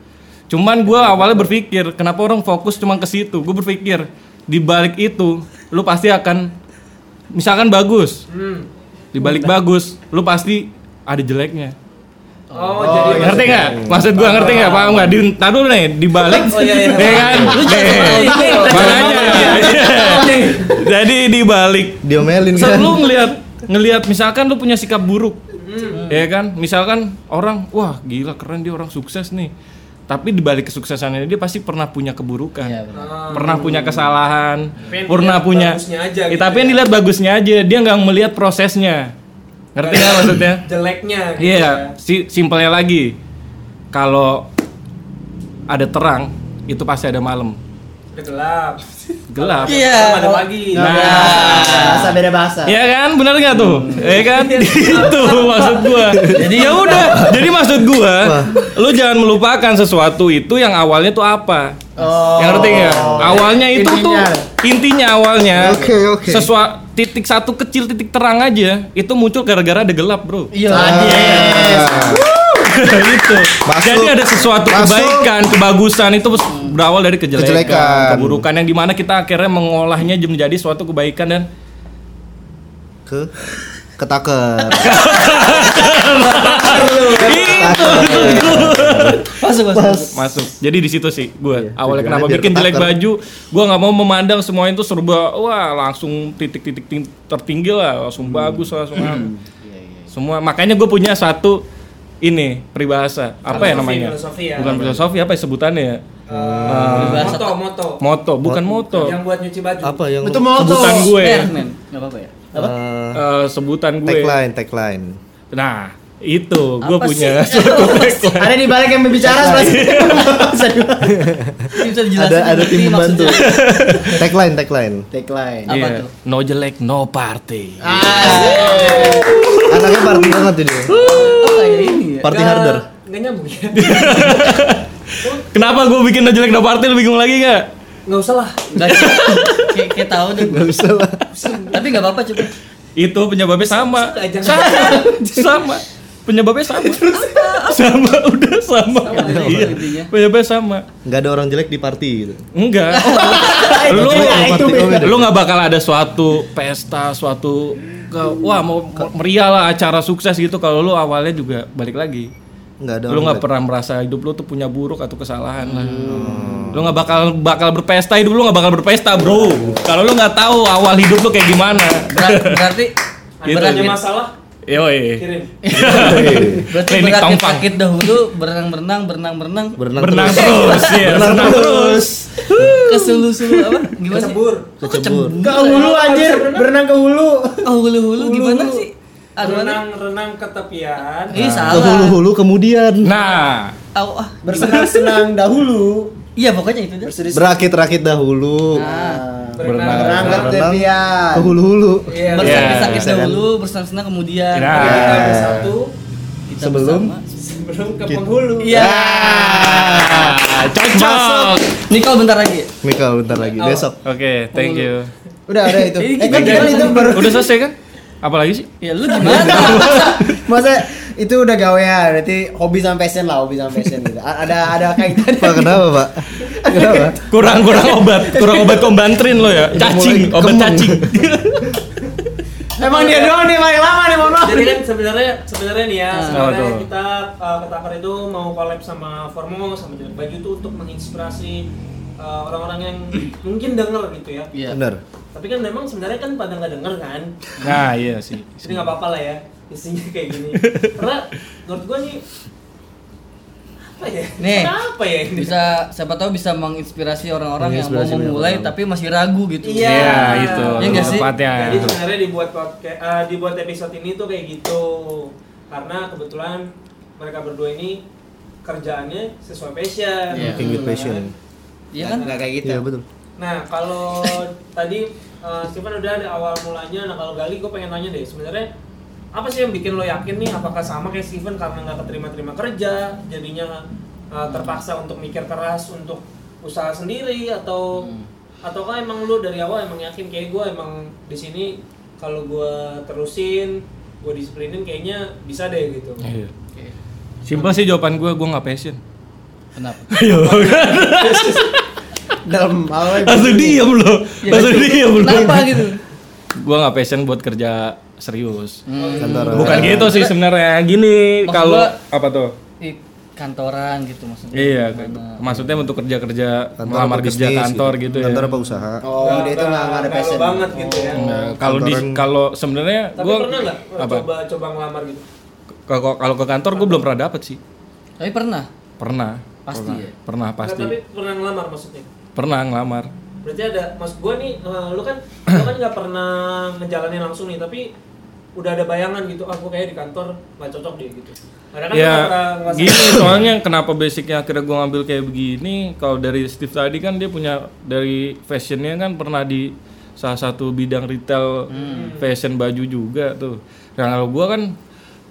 E: Cuman gua awalnya berpikir, kenapa orang fokus cuma ke situ? Gue berpikir di balik itu lu pasti akan misalkan bagus.
C: Hmm.
E: Di balik bagus, lu pasti ada jeleknya.
C: oh, jadi
E: Ngerti nggak? Maksud gua ngerti nggak? Paham nggak? Di, tar dulu nih, di balik,
C: Oh, iya, iya.
E: ya kan? Iya.
D: Lu jangan
E: Nih,
D: tahu, tahu.
E: Makanya.
C: Nih,
E: Jadi di balik
B: diomelin
E: saat
B: kan
E: lu ngelihat ngelihat misalkan lu punya sikap buruk. Ya kan? Misalkan orang, wah gila keren dia orang sukses nih. Tapi di balik kesuksesannya dia pasti pernah punya keburukan.
D: Iya, benar.
E: pernah punya kesalahan,
C: Pengen
E: pernah
C: Ah. dilihat
E: punya.
C: bagusnya aja
E: Eh,
C: gitu
E: tapi
C: ya.
E: yang dilihat bagusnya aja, dia nggak melihat prosesnya. Ngerti nggak maksudnya?
C: jeleknya gitu
E: Iya, si simpelnya lagi. Kalau ada terang, itu pasti ada malam.
C: ya. Udah gelap
E: Gelap.
D: Iya.
C: Belum ada lagi
E: Nah.
A: Bahasa beda bahasa.
E: Ya kan, benar nggak tuh? Ya kan, itu maksud gua. Jadi ya udah. Jadi maksud gua, lu jangan melupakan sesuatu itu yang awalnya tuh apa.
A: Oh.
E: Yang ngerti nggak? Awalnya itu tuh
A: Intinya.
E: intinya awalnya.
B: Oke, oke.
E: Sesuatu titik satu kecil titik terang aja itu muncul gara-gara ada gelap, Bro.
D: Iya.
E: gitu.
B: Masuk.
E: Jadi ada sesuatu
B: Masuk.
E: kebaikan, kebagusan itu berawal dari kejelekan,
B: Kejelekan.
E: keburukan yang dimana kita akhirnya mengolahnya menjadi suatu kebaikan dan
B: ke ketaker
D: Masuk masuk.
E: masuk. Jadi di situ sih gue
B: Iya,
E: awalnya kenapa
B: tujuannya biar
E: bikin jelek
B: ketaker.
E: baju, gue nggak mau memandang semua itu serba wah langsung titik-titik ting- tertinggi lah, langsung
B: Hmm.
E: bagus langsung
B: Iya,
E: apa. semua. Makanya gue punya satu ini peribahasa apa ya
C: Filosofi,
E: namanya?
C: filosofi ya.
E: Bukan filosofi apa ya sebutannya? ya?
C: Eh, moto moto
E: Moto, bukan moto.
C: yang buat nyuci baju
B: apa yang
A: Itu mau
E: Sebutan
A: tuh.
E: gue.
D: Fair, men. Nggak apa-apa ya.
B: eh,
E: Eh, sebutan gue.
B: tagline tagline
E: Nah, itu gue
D: Apa
E: punya
D: sih?
E: suatu tagline.
A: Ada di balik yang berbicara seperti
D: Ini bisa dijelasin.
B: ada ada
D: ngerti
B: tim pembantu
D: maksudnya.
B: tagline tagline
A: Tagline.
D: Apa
E: Iya.
D: tuh?
E: No jelek, no party.
B: anaknya party banget ini
D: Oh, kayak ini ya.
B: party
C: Nggak-
B: harder
C: nggak nyambung ya
E: Kenapa gue bikin no jelek, no party? Lu bingung lagi gak?
C: nggak usah lah
D: Nggak sih. Kayak kayak tahu deh gue. Tapi nggak apa-apa coba.
E: Itu penyebabnya sama.
C: Sudah, jangan.
E: Sama. sama. Penyebabnya sama. sama, udah sama.
D: Sama,
E: Iya.
D: intinya.
E: Penyebabnya sama.
B: nggak ada orang jelek di party gitu
D: Oh,
E: Enggak.
A: Itu
E: lu
A: beda, itu beda.
E: lu nggak bakal ada suatu pesta, suatu ke- wah mau mau meriah lah acara sukses gitu kalau lu awalnya juga balik lagi.
B: nggak ada
E: lu
B: orang
E: nggak
B: jelek.
E: pernah merasa hidup lu tuh punya buruk atau kesalahan lah
D: Hmm.
E: lu nggak bakal bakal berpesta hidup lu nggak bakal berpesta bro kalau lu nggak tahu awal hidup lu kayak gimana
D: Berat- Berarti
E: Gitu.
C: ada punya masalah
E: yoi
C: kirim
B: Iya.
D: berarti
E: Klinik
D: berakit
E: tampang.
D: sakit dahulu berenang-berenang berenang-berenang
B: berenang,
E: berenang
B: terus
E: terus ya berenang
B: berenang
E: terus
B: terus
D: ke sulu-sulu apa gimana sih?
C: Kecebur.
D: Kok
B: Kecebur.
A: Ke hulu anjir, berenang ke hulu.
D: Oh, hulu-hulu Nah. gimana sih? Ah, gimana?
C: renang renang ke tepian
D: Ih,
B: ke hulu
D: salah.
B: hulu kemudian
E: nah
D: Au, ah.
A: Bersenang-senang dahulu.
D: Iya, pokoknya itu deh.
A: Berseri-
B: berakit rakit dahulu
A: Ah,
E: berenang
A: Berenang ke
B: Berenang.
A: tepian.
B: ke hulu hulu
C: Iya,
E: Iya.
D: Bersakit-sakit
B: Bisa kan?
D: dahulu, bersenang-senang kemudian.
E: Nah.
C: kita
D: Ya.
C: bersatu
D: Kita
B: Sebelum? Ya.
D: bersama.
C: sebelum ke penghulu
D: Iya.
E: Ah, cocok
D: Nikol bentar lagi.
B: Mikal bentar
E: Oh.
B: lagi besok
E: oke thank you
A: Udah, udah itu.
D: Ini
A: Eh, kan
D: kita-
A: kan itu baru
E: udah selesai kan apalagi sih
D: Ya lu gimana?
A: Masa itu udah gawean, berarti hobi sama passion lah, hobi sama passion gitu. A- Ada ada gitu. kaitannya.
B: pak kenapa pak kenapa
E: kurang kurang obat kurang obat kombantrin lo ya cacing obat cacing
A: Emang dia doang nih paling lama nih, mohon maaf.
C: jadi kan sebenarnya sebenarnya nih ya
D: Ah.
C: sebenarnya
E: Apa tuh?
C: kita uh, ketakar itu mau collab sama Formo sama Jelek Baju itu untuk menginspirasi uh, orang-orang yang mungkin denger gitu ya
D: Iya.
B: bener
C: tapi kan memang sebenarnya kan pada nggak denger kan
E: nah iya sih
C: jadi nggak apa-apa lah ya isinya kayak gini karena menurut gue nih apa Apa ya?
D: Nih.
C: Kenapa ya ini?
D: Bisa siapa tahu bisa menginspirasi orang-orang yang mau
B: Menginspirasi banyak
D: memulai
B: orang.
D: tapi masih ragu gitu.
C: Iya.
E: Iya, itu.
D: Iya nggak sih?
E: Tepatnya.
C: Jadi sebenarnya dibuat podcast, eh, dibuat episode ini tuh kayak gitu karena kebetulan mereka berdua ini kerjaannya sesuai passion.
D: Iya.
B: Working with passion.
D: Iya kan?
A: Nggak kayak gitu.
B: Iya betul.
C: Nah kalau tadi eh, Steven udah ada awal mulanya, nah kalau Gali gue pengen nanya deh sebenarnya apa sih yang bikin lo yakin nih apakah sama kayak Steven karena nggak keterima-terima kerja jadinya eh, terpaksa untuk mikir keras untuk usaha sendiri atau
E: Hmm.
C: ataukah emang lo dari awal emang yakin kayak gue emang di sini kalau gue terusin gue disiplinin kayaknya bisa deh gitu.
E: Iya. Simpel sih jawaban gue, gue nggak passion.
D: Kenapa?
A: Dalam hal
E: Langsung diam lo,
D: Iya,
E: langsung
D: itu.
E: diam lo.
D: Kenapa gitu?
E: Gue nggak passion buat kerja serius.
B: Hmm. Kantor.
E: Bukan
D: Karena-
E: gitu sih sebenarnya. Gini
D: Maksud
E: kalau
D: gua-
E: apa tuh?
D: Di kantoran gitu maksudnya.
E: Iya,
D: Gimana?
E: maksudnya untuk kerja-kerja
B: Kantor
E: melamar
B: apa
E: kerja
B: bisnis
E: kantor gitu, ya.
B: Kantor apa usaha?
A: Oh, dia itu nggak nggak ada
C: nggak lo
A: passion.
C: banget gitu ya.
E: Nah, kalau di
B: Kantoran-
E: kalau sebenarnya
C: Tapi
E: gue
C: pernah nggak eh,
E: apa?
C: coba coba ngelamar gitu?
E: Kalau kalau ke kantor gue belum pernah dapet sih.
D: Tapi pernah
E: Pernah,
D: pasti ya.
E: pernah pasti,
C: Tapi pernah ngelamar maksudnya?
E: pernah ngelamar.
C: berarti ada mas gue nih eh, lu kan lu kan nggak pernah ngejalanin langsung nih tapi udah ada bayangan gitu ah gue kayak di kantor nggak cocok deh gitu karena kan
E: ya
C: lu nggak pernah gitu. ngerasain.
E: gini soalnya kenapa basicnya akhirnya gue ngambil kayak begini kalau dari Steve tadi kan dia punya dari fashionnya kan pernah di salah satu bidang retail
C: Hmm.
E: fashion baju juga tuh nah kalau gue kan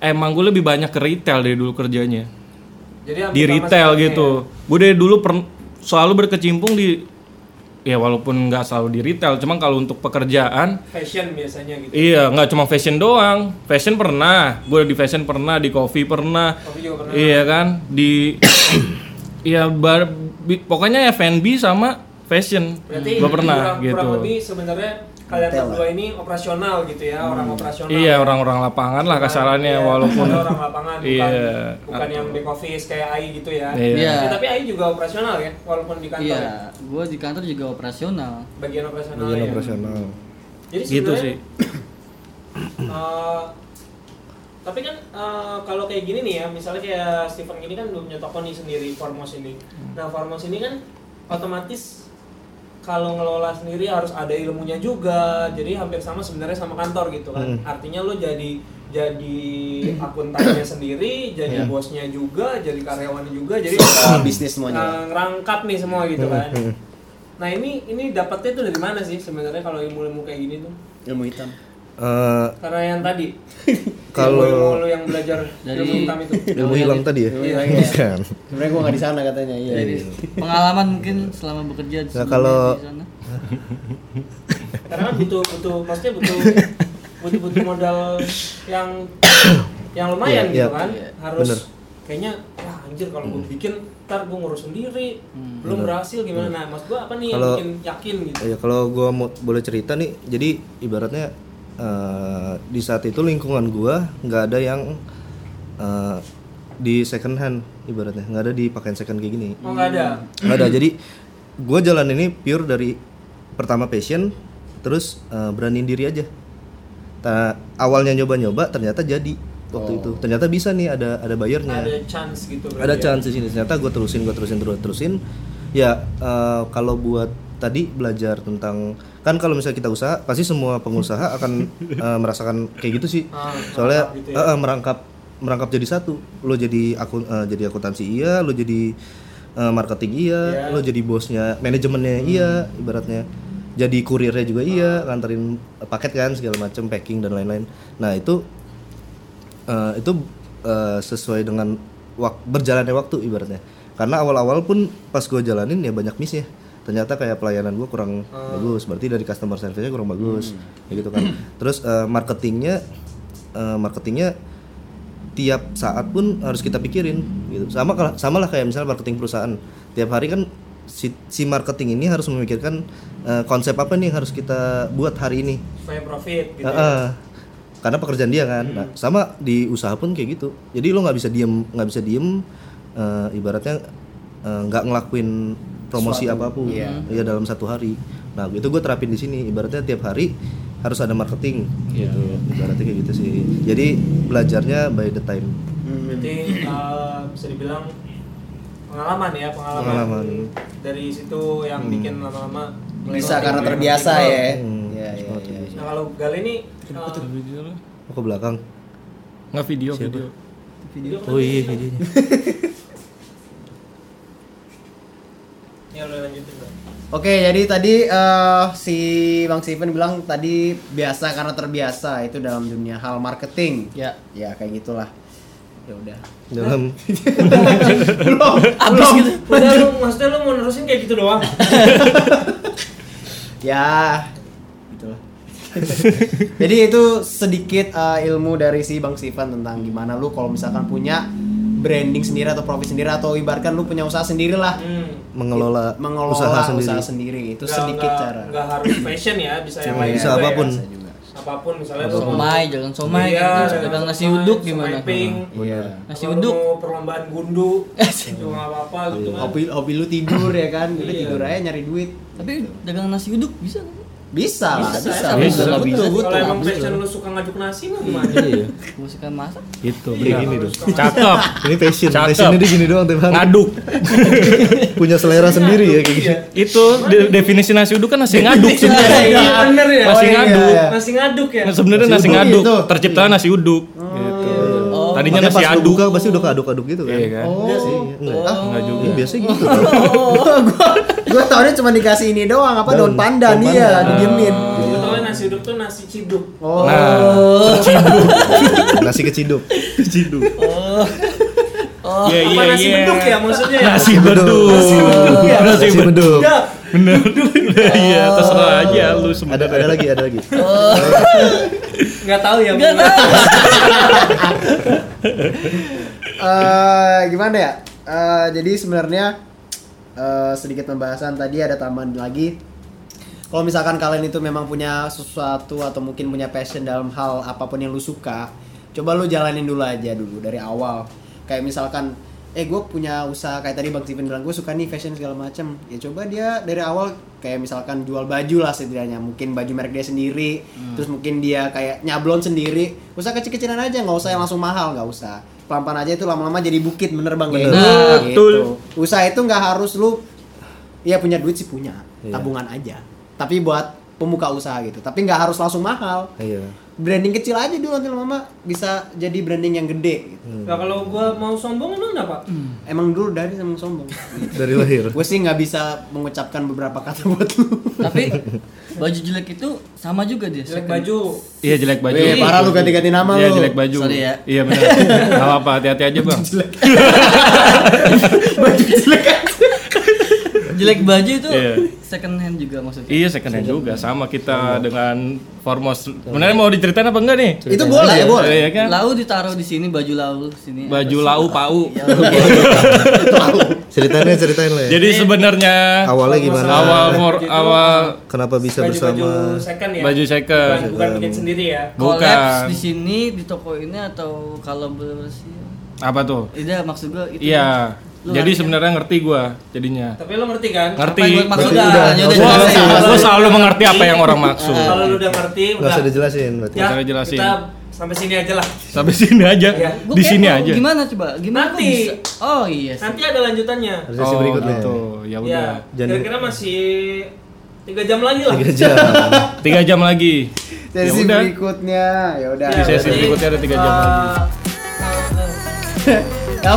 E: emang gue lebih banyak ke retail dari dulu kerjanya
C: jadi
E: di retail gitu
C: iya.
E: gue dari dulu per- selalu berkecimpung di ya walaupun nggak selalu di retail cuman kalau untuk pekerjaan
C: fashion biasanya gitu
E: Iya, nggak cuma fashion doang. Fashion pernah, gue di fashion pernah, di coffee pernah.
C: Coffee juga pernah.
E: Iya kan, di iya bar, bi- pokoknya F&B sama fashion.
C: berarti
E: Gue pernah
C: kurang,
E: gitu.
C: kurang lebih sebenarnya kalian berdua ini operasional gitu ya orang operasional
E: Iya, orang-orang lapangan lah kasarannya
C: Iya,
E: walaupun
C: ada orang lapangan bukan,
E: Iya.
C: bukan yang back office kayak AI gitu ya
E: Iya.
D: Iya.
C: Ya, tapi AI juga operasional ya walaupun di kantor ya?
D: Iya, gua di kantor juga operasional.
C: bagian operasional
E: iya.
B: Bagian
C: ya.
B: operasional.
C: Jadi
E: gitu
C: sebenarnya,
E: sih.
C: eh, tapi kan eh, kalau kayak gini nih ya, misalnya kayak Steven gini kan udah punya toko nih sendiri Formos ini.
A: Hmm.
C: Nah Formos ini kan otomatis kalau ngelola sendiri harus ada ilmunya juga. Jadi hampir sama sebenarnya sama kantor gitu kan.
A: Hmm.
C: Artinya lo jadi jadi akuntannya sendiri, jadi bosnya juga, jadi karyawannya juga, jadi
A: Ah, Hmm. bisnis semuanya. Hmm.
C: Nah, ngerangkap nih semua gitu kan. Nah ini ini dapatnya tuh dari mana sih sebenarnya kalau ilmu-ilmu kayak gini tuh?
A: Ilmu hitam.
B: Eh,
C: Karena yang tadi
B: Kalau-
E: Iya,
C: ilmu-ilmu lu yang belajar
D: Dari-
C: ilmu hitam itu.
B: ilmu hilang tadi ya?
A: Iya.
B: Bukan.
A: Sebenarnya gua nggak di sana katanya. Iya.
D: Jadi pengalaman mungkin selama bekerja di
B: Nah,
D: sebelumnya
B: kalau-
D: di sana.
C: Karena kan butuh butuh maksudnya butuh butuh butuh modal yang yang lumayan
B: Iya,
C: gitu
B: iya,
C: kan.
D: iya.
C: Harus
B: Bener.
C: kayaknya wah anjir kalau gue bikin ntar gue ngurus sendiri belum berhasil gimana nah mas gue apa nih
B: Hmm. Kalau-
C: yang bikin yakin gitu
B: Ya kalau gua mau boleh cerita nih, jadi ibaratnya eh, di saat itu lingkungan gua nggak ada yang eh, di second hand ibaratnya nggak ada di pakaian second kayak gini
C: oh nggak ada
B: nggak ada jadi gua jalan ini pure dari pertama passion terus eh, beraniin diri aja Ta- awalnya nyoba-nyoba ternyata jadi waktu itu ternyata bisa nih ada ada bayarnya
C: Oh. ada chance gitu
B: Iya. ada
C: berarti ya.
B: chance di sini ternyata gue terusin gue terusin terus terusin ya eh, kalau buat tadi belajar tentang kan kalau misalnya kita usaha pasti semua pengusaha akan eh, merasakan kayak gitu sih
C: Ah,
B: soalnya
C: merangkap gitu ya.
B: eh, eh, merangkap merangkap jadi satu lo jadi akun eh, jadi akuntansi iya lo jadi eh, marketing iya
C: Iya. Hmm.
B: lo jadi bosnya manajemennya iya ibaratnya jadi kurirnya juga iya
C: Ah.
B: nganterin paket kan segala macam packing dan lain-lain nah itu Eh, itu eh, sesuai dengan wak- berjalannya waktu ibaratnya karena awal-awal pun pas gue jalanin ya banyak miss ya ternyata kayak pelayanan gue kurang bagus berarti dari customer service-nya kurang bagus ya gitu kan terus eh, marketingnya eh, marketingnya tiap saat pun harus kita pikirin gitu sama kal- sama lah kayak misalnya marketing perusahaan tiap hari kan si, si marketing ini harus memikirkan eh, konsep apa nih yang harus kita buat hari ini
C: supaya profit gitu ya.
B: Heeh. karena pekerjaan dia kan Nah, sama di usaha pun kayak gitu jadi lo nggak bisa diem nggak bisa diem eh, ibaratnya eh, nggak ngelakuin promosi apapun
A: iya.
B: ya dalam satu hari nah itu gue terapin di sini ibaratnya tiap hari harus ada marketing gitu ibaratnya kayak gitu sih
A: hmm,
B: jadi belajarnya by the time
C: Berarti uh, bisa eh, dibilang pengalaman ya pengalaman,
B: Pengalaman.
C: dari situ yang bikin lama-lama mulai
A: bisa
C: ngerti.
A: karena terbiasa ya.
B: Hmm,
A: Iya, iya,
B: seperti
A: iya.
B: itu.
C: nah kalau Gal ini uh,
E: video lu?
B: Oh, ke belakang.
E: Nggak video, video.
C: video kan
B: Oh iya videonya.
C: ya udah lanjutin Gal.
A: Oke, jadi tadi eh, si Bang Steven bilang tadi biasa karena terbiasa itu dalam dunia hal marketing. Ya. Ya kayak gitulah. Ya udah.
B: Dalam
A: belum.
D: Abis
A: belum.
D: gitu.
C: udah lu maksudnya lu mau nerusin kayak gitu doang
A: Ya, gitulah. Jadi itu sedikit uh, ilmu dari si Bang Steven tentang gimana lu kalau misalkan punya branding sendiri atau profit sendiri atau ibaratkan lu punya usaha sendirilah.
C: hmm.
B: mengelola,
A: mengelola
B: usaha sendiri.
A: itu sedikit cara.
C: nggak harus fashion ya bisa yang
B: Cuma
C: lain
B: bisa
C: juga ya.
B: Iya, apapun.
A: Bisa juga.
C: apapun misalnya lu mau-
D: Somai, jangan somai.
C: Iya,
D: Kan
C: jangan
D: sekarang nasi
C: somai,
D: uduk
C: somai
D: gimana?
C: pink.
A: Iya.
D: Nasi
C: Kalau lu
D: uduk.
C: mau perlombaan gundu itu nggak apa-apa gitu kan
A: Hobi hobi lu tidur ya kan, lu
C: Iya.
A: tidur aja nyari duit.
D: Tapi dagang nasi uduk bisa nggak?
A: Bisa, lah,
D: Bisa,
A: bisa.
D: tapi
A: bisa.
D: nggak
A: Betul,
D: bisa.
A: betul.
C: kalau emang
D: Betul.
C: fashion lu suka ngajuk nasi mah gimana
B: Iya.
D: Gua suka masak.
B: Gitu,
C: Iya,
B: kayak gini
C: kalau
B: dong.
C: suka ngajuk.
E: Cakep.
B: Ini passion,
E: Cakep.
B: passionnya dia gini doang tiap hari.
E: Ngaduk.
B: Punya selera sendiri ya kayak gitu.
C: Iya.
E: Itu de- definisi nasi uduk kan nasi ngaduk
A: Iya,
E: sebenarnya.
A: iya.
C: bener ya?
E: Nasi
A: Oh, iya,
E: ngaduk.
A: iya.
C: nasi ngaduk ya
E: Nah, sebenarnya
B: Nasi
E: nasi
B: uduk.
C: Iya,
E: ngaduk
A: Itu.
E: tercipta nasi uduk. Gitu.
D: Oh.
E: Tadinya
B: Makanya
E: nasi
B: pas lu
E: aduk.
B: buka pasti udah keaduk-aduk gitu kan.
E: Iya kan?
A: Oh.
B: Enggak sih, enggak. Ah,
E: Enggak juga.
B: Iya, biasanya gitu. kan.
A: gua gua taunya cuma dikasih ini doang apa daun
B: Daun-
A: pandan
B: daun
A: iya
B: pandan.
A: didiemin.
C: Sebetulnya nasi uduk tuh nasi ciduk
A: Oh.
E: Nah,
B: Nasi keciduk. Keciduk.
E: iya
C: apa
E: iya
C: nasi
E: iya.
C: beduk ya maksudnya ya?
E: Nasi beduk.
B: Nasi beduk. Iya,
E: Nasi
B: Nasi
E: beduk.
B: beduk.
C: Ya,
E: Bener. Iya, terserah
C: Oh.
E: aja lu
B: Ada
E: sebenarnya.
B: ada lagi, ada lagi.
C: nggak tahu ya.
D: Nggak
C: Bu.
D: tahu.
A: Eh, gimana ya? Eh, jadi sebenarnya eh, sedikit pembahasan tadi ada tambahan lagi. Kalau misalkan kalian itu memang punya sesuatu atau mungkin punya passion dalam hal apapun yang lu suka, coba lu jalanin dulu aja dulu dari awal. Kayak misalkan eh gue punya usaha kayak tadi Bang Steven bilang gue suka nih fashion segala macem ya coba dia dari awal kayak misalkan jual baju lah setidaknya mungkin baju merek dia sendiri terus mungkin dia kayak nyablon sendiri usah kecil-kecilan aja nggak usah yang langsung mahal nggak usah pelan-pelan aja itu lama-lama jadi bukit bener bang ya?
B: Bener.
A: Nah,
E: Betul.
A: gitu. usaha itu nggak harus lu ya punya duit sih punya
B: Iya.
A: tabungan aja tapi buat pembuka usaha gitu tapi nggak harus langsung mahal
B: Iya.
A: branding kecil aja dulu nanti lama-lama bisa jadi branding yang gede gitu.
B: Hmm.
C: Nah, kalau gua mau sombong emang kenapa?
A: emang dulu dari emang sombong
B: Dari lahir.
A: gue sih nggak bisa mengucapkan beberapa kata buat lu
D: Tapi baju jelek itu sama juga dia.
C: Jelek
D: second.
C: baju.
E: Iya jelek baju.
A: Weh, parah lu ganti-ganti nama
E: Iya
A: lu.
E: jelek baju.
D: Sorry ya.
E: Iya benar. Enggak apa-apa, hati-hati aja, Bang.
A: baju jelek aja
D: Jelek baju itu
E: Iya.
D: second hand juga maksudnya.
E: Iya second hand juga sama kita dengan Formos. Sebenarnya mau diceritain apa enggak nih?
A: itu boleh ya boleh
E: Iya kan?
D: Lau ditaruh di sini baju lau sini.
E: Baju lau pau.
B: Ceritanya ceritain lah ya.
E: Jadi sebenarnya
B: awalnya gimana?
E: awal for,
C: Gitu.
E: awal
B: Kenapa bisa
C: Baju-baju
B: bersama?
C: second ya.
E: Baju second.
C: Bukan, bukan bikin sendiri ya.
D: Collabs
E: bukan
D: di sini di toko ini atau kalau bersih.
E: apa tuh?
D: Iya maksud gua itu.
E: Iya.
D: Lu
E: Jadi
D: larinya.
E: sebenarnya ngerti gua jadinya.
C: Tapi lo ngerti kan?
E: Ngerti.
D: Apa yang gua maksud dah?
B: Berarti udah.
D: Ya udah,
B: Gua-
E: Gua,
D: jelasin.
B: Ngerti.
E: gua selalu mengerti apa yang orang maksud.
C: Ah, Kalau lu udah ngerti,
B: Enggak
C: udah.
B: usah dijelasin
C: Ya,
B: berarti.
E: Nggak usah dijelasin.
C: kita sampai sini aja lah.
E: Sampai sini aja.
C: Iya.
D: Gua
E: Di sini
D: kepo,
E: aja.
D: Gimana coba? Gimana kok
C: Nanti.
D: bisa? Oh iya. sih.
C: Nanti ada lanjutannya.
B: Resesi
E: Oh,
B: berikutnya.
E: gitu. Ya udah.
C: Ya,
B: Jangan-
C: kira-kira masih tiga jam lagi lah.
B: Tiga jam.
E: Tiga jam lagi. Ya
A: sesi
E: udah.
A: berikutnya ya udah
C: Iya,
E: Di sesi
C: berarti,
E: berikutnya ada tiga jam
C: eh,
E: lagi.
A: Ya,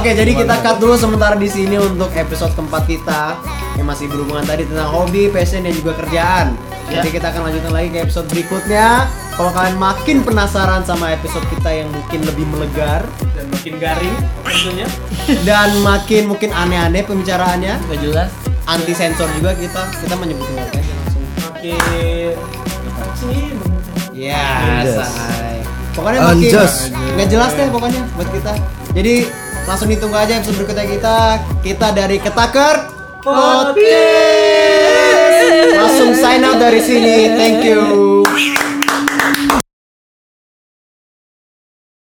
A: oke jadi kita cut dulu sementara di sini untuk episode keempat kita yang masih berhubungan tadi tentang hobi, passion dan juga kerjaan. Jadi kita akan lanjutkan lagi ke episode berikutnya. Kalau kalian makin penasaran sama episode kita yang mungkin lebih melegar
C: Dan makin garing tentunya.
A: dan makin mungkin aneh-aneh pembicaraannya,
D: Gak jelas.
A: anti sensor juga kita kita menyebutin harganya langsung.
C: Makin kecil.
A: Ya,
B: Anjas.
A: say. Pokoknya makin
B: Anjas.
A: nggak jelas deh pokoknya buat kita. Jadi langsung ditunggu aja episode berikutnya kita. Kita dari Ketaker Podcast. Langsung sign out dari sini. Thank you.